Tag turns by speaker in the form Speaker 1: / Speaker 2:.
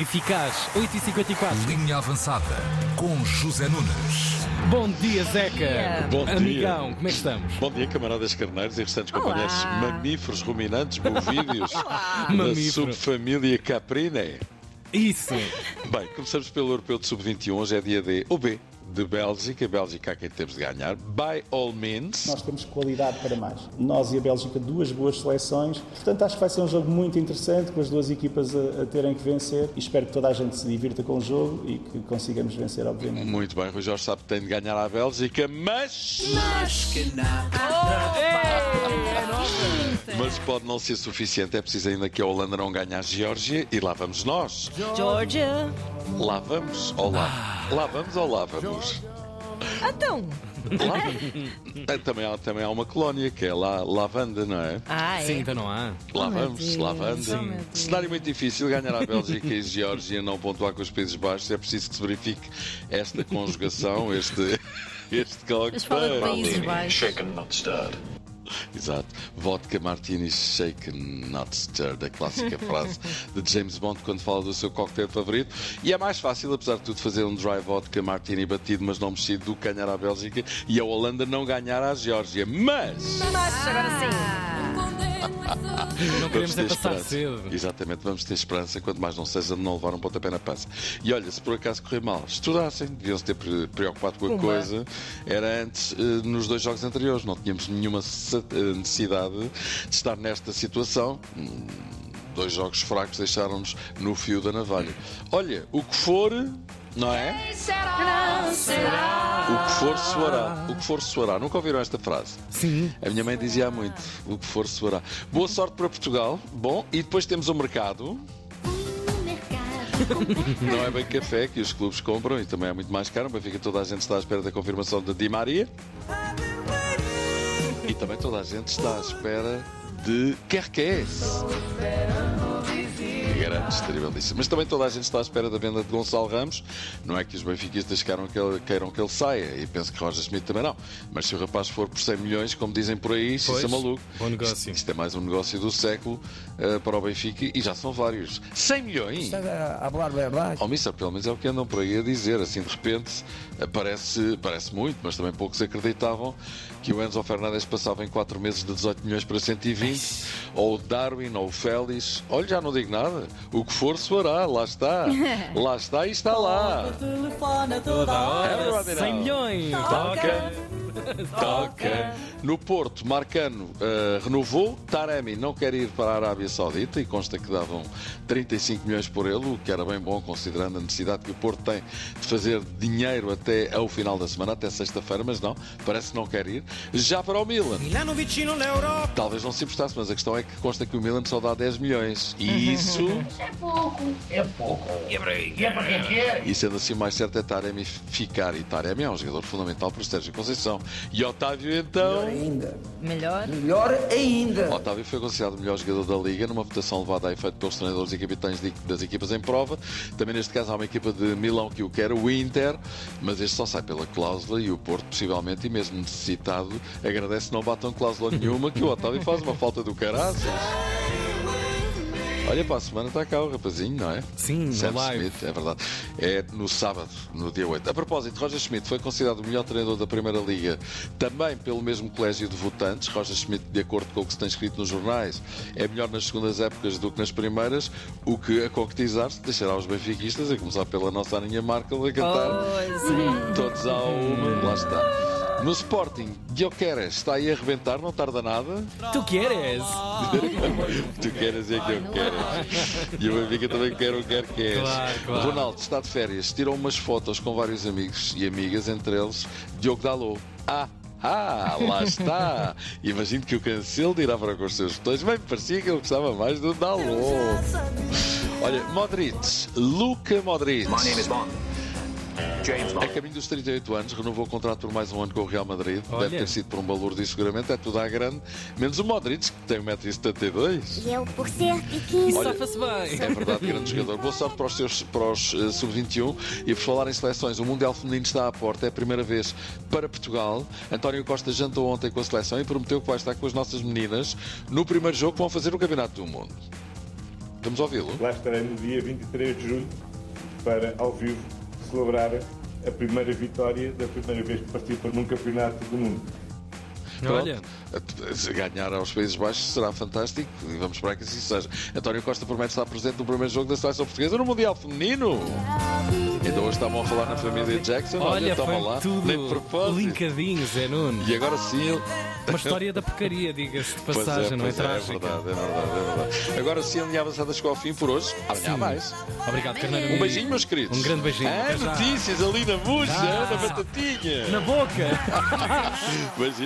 Speaker 1: Eficaz, 8h54.
Speaker 2: Linha Avançada com José Nunes.
Speaker 1: Bom dia, Zeca.
Speaker 3: Bom dia.
Speaker 1: Amigão, como é que estamos?
Speaker 3: Bom dia, camaradas carneiros e restantes
Speaker 4: Olá.
Speaker 3: companhias mamíferos, ruminantes, bovídeos da
Speaker 1: Mamífero.
Speaker 3: subfamília Caprinae.
Speaker 1: Isso.
Speaker 3: Bem, começamos pelo Europeu de Sub-21. Hoje é dia D ou B de Bélgica. Bélgica há quem temos de ganhar. By all means.
Speaker 5: Nós temos qualidade para mais. Nós e a Bélgica, duas boas seleções. Portanto, acho que vai ser um jogo muito interessante, com as duas equipas a, a terem que vencer. E espero que toda a gente se divirta com o jogo e que consigamos vencer, obviamente.
Speaker 3: Muito bem, Rui Jorge sabe que tem de ganhar à Bélgica, mas... Mas pode não ser suficiente. É preciso ainda que a Holanda não ganhe à Geórgia e lá vamos nós.
Speaker 4: Georgia.
Speaker 3: Lá vamos ou lá? Lá vamos ou lá vamos?
Speaker 4: Então.
Speaker 3: Lá- Ah, também, há, também há uma colónia que é lá, Lavanda, não é?
Speaker 4: Ah,
Speaker 1: Sim,
Speaker 4: é.
Speaker 1: então não há.
Speaker 3: Lá
Speaker 4: Oh, meu
Speaker 3: vamos,
Speaker 4: Deus,
Speaker 3: lá
Speaker 4: oh, meu
Speaker 3: Lavanda.
Speaker 4: Deus.
Speaker 3: Cenário muito difícil, ganhar a Bélgica e a Geórgia, não pontuar com os Países Baixos. É preciso que se verifique esta conjugação, este, este cocktail.
Speaker 4: Mas fala de Países Baixos.
Speaker 3: Exato. Vodka Martini Shaken Not Stirred, a clássica frase de James Bond quando fala do seu cocktail favorito. E é mais fácil, apesar de tudo, fazer um dry vodka Martini batido, mas não mexido, do que ganhar à Bélgica e a Holanda não ganhar à Geórgia. Mas.
Speaker 4: Mas agora sim.
Speaker 1: Não queremos é passar cedo.
Speaker 3: Exatamente, vamos ter esperança, quanto mais não seja, de não levar um pontapé na pança. E olha, se por acaso correr mal, estudassem, deviam-se ter pre- preocupado com a
Speaker 1: é?
Speaker 4: Uma.
Speaker 3: coisa. Era antes, eh, nos dois jogos anteriores, não tínhamos nenhuma sa- eh, necessidade de estar nesta situação. Hum, Dois jogos fracos deixaram-nos no fio da navalha. Olha, o que for, não é? O que for soará. O que for soará. Nunca ouviram esta frase?
Speaker 1: Sim.
Speaker 3: A minha mãe dizia há muito, o que for soará. Boa sorte para Portugal. Bom, e depois temos o mercado. Não é bem café que os clubes compram e também é muito mais caro. O Benfica toda a gente está à espera da confirmação de Di Maria. E também toda a gente está à espera de Kerkés. Garantes, terribilíssimo. Mas também toda a gente está à espera da venda de Gonçalo Ramos. Não é que os benfiquistas queiram que ele, queiram que ele saia e penso que Roger Schmidt também não. Mas se o rapaz for por 100 milhões, como dizem por aí, isso é
Speaker 1: Pois,
Speaker 3: maluco.
Speaker 1: bom negócio.
Speaker 3: Isto, isto é mais um negócio do século eh, para o Benfica e já são vários. 100 milhões!
Speaker 6: a hablar verdade.
Speaker 3: Ao Mister, pelo menos é o que andam por aí a dizer. Assim, de repente, parece, parece muito, mas também poucos acreditavam que o Enzo Fernandes passava em 4 meses de 18 milhões para 120, ou o Darwin, ou o Félix. Olha, já não digo nada. O que for, soará. Lá está. Lá está e está lá. Everybody
Speaker 1: 100
Speaker 3: now.
Speaker 1: milhões.
Speaker 3: Toca. Toca. No Porto, Marcano eh, renovou. Taremi não quer ir para a Arábia Saudita e consta que davam 35 milhões por ele, o que era bem bom, considerando a necessidade que o Porto tem de fazer dinheiro até ao final da semana, até sexta-feira, mas não, parece que não quer ir. Já para o Milan. Talvez não se importasse, mas a questão é que consta que o Milan só dá 10 milhões. E isso. E sendo assim, o mais certo é Taremi ficar. E Taremi é um jogador fundamental para o Sérgio Conceição. E Otávio, então.
Speaker 6: Ainda.
Speaker 4: Melhor.
Speaker 6: Melhor ainda.
Speaker 3: Otávio foi considerado o melhor jogador da Liga numa votação levada a efeito pelos treinadores e capitães de- das equipas em prova. Também neste caso há uma equipa de Milão que o quer, o Inter, mas este só sai pela cláusula e o Porto, possivelmente, e mesmo necessitado, agradece que não batam cláusula nenhuma que o Otávio faz uma falta do caraças. Olha, para a semana está cá o rapazinho, não é?
Speaker 1: Sim,
Speaker 3: Sam
Speaker 1: na live.
Speaker 3: Smith, é verdade. É no sábado, no dia 8. A propósito, Roger Schmidt foi considerado o melhor treinador da Primeira Liga também pelo mesmo colégio de votantes. Roger Schmidt, de acordo com o que se tem escrito nos jornais, é melhor nas segundas épocas do que nas primeiras, o que a concretizar-se deixará os benfiquistas, a começar pela nossa Aninha Markel, a cantar
Speaker 4: Pois é.
Speaker 3: todos há uma. Lá está. No Sporting, Guioqueras está aí a arrebentar, não tarda nada.
Speaker 1: Tu queres?
Speaker 3: Tu queres é que eu quero. E o Benfica também quer o que quer que és.
Speaker 1: Claro, claro.
Speaker 3: Ronaldo está de férias, tirou umas fotos com vários amigos e amigas, entre eles Diogo Dalot. Ah! Ah, lá está! Imagino que o Cancelo dirá para com os seus botões. Bem, parecia que ele gostava mais do Dalot. Olha, Modric, Luca Modric. A caminho dos 38 anos, renovou o contrato por mais um ano com o Real Madrid.
Speaker 1: Olha.
Speaker 3: Deve ter sido por um valor disso, seguramente. É tudo à grande. Menos o Modric, que tem 1,72m.
Speaker 7: E eu, por ser pequeno,
Speaker 1: Isso
Speaker 3: Olha,
Speaker 1: safa-se bem.
Speaker 3: É verdade, grande jogador. Boa sorte para os seus para os, eh, sub-21 e por falar em seleções, o Mundial Feminino está à porta, é a primeira vez para Portugal. António Costa jantou ontem com a seleção e prometeu que vai estar com as nossas meninas no primeiro jogo que vão fazer o Campeonato do Mundo. Vamos ouvi-lo.
Speaker 7: Lá estarei no dia 23 de julho para, ao vivo, celebrar a primeira vitória da primeira vez que participo num campeonato do mundo.
Speaker 3: Pronto.
Speaker 1: Olha.
Speaker 3: Se ganhar aos Países Baixos será fantástico e vamos esperar que assim seja. António Costa promete estar presente no primeiro jogo da seleção portuguesa no Mundial Feminino. Ainda hoje estavam a falar na família Jackson. Olha,
Speaker 1: Olha,
Speaker 3: estavam lá.
Speaker 1: foi tudo
Speaker 3: Nem de propósito.
Speaker 1: linkadinho, Zé Nuno.
Speaker 3: E agora sim ele.
Speaker 1: Uma história da porcaria, diga-se de passagem, não é
Speaker 3: pois é, é
Speaker 1: trágica.
Speaker 3: verdade, é verdade, é verdade. Agora sim a linha avançada chegou ao fim por hoje. Amanhã há mais.
Speaker 1: Obrigado, Carneiro.
Speaker 3: Um beijinho, meus queridos.
Speaker 1: Um grande beijinho.
Speaker 3: Ah,
Speaker 1: Até já.
Speaker 3: notícias ali na bucha,
Speaker 1: Ah.
Speaker 3: na batatinha.
Speaker 1: Na boca!
Speaker 3: Beijinho.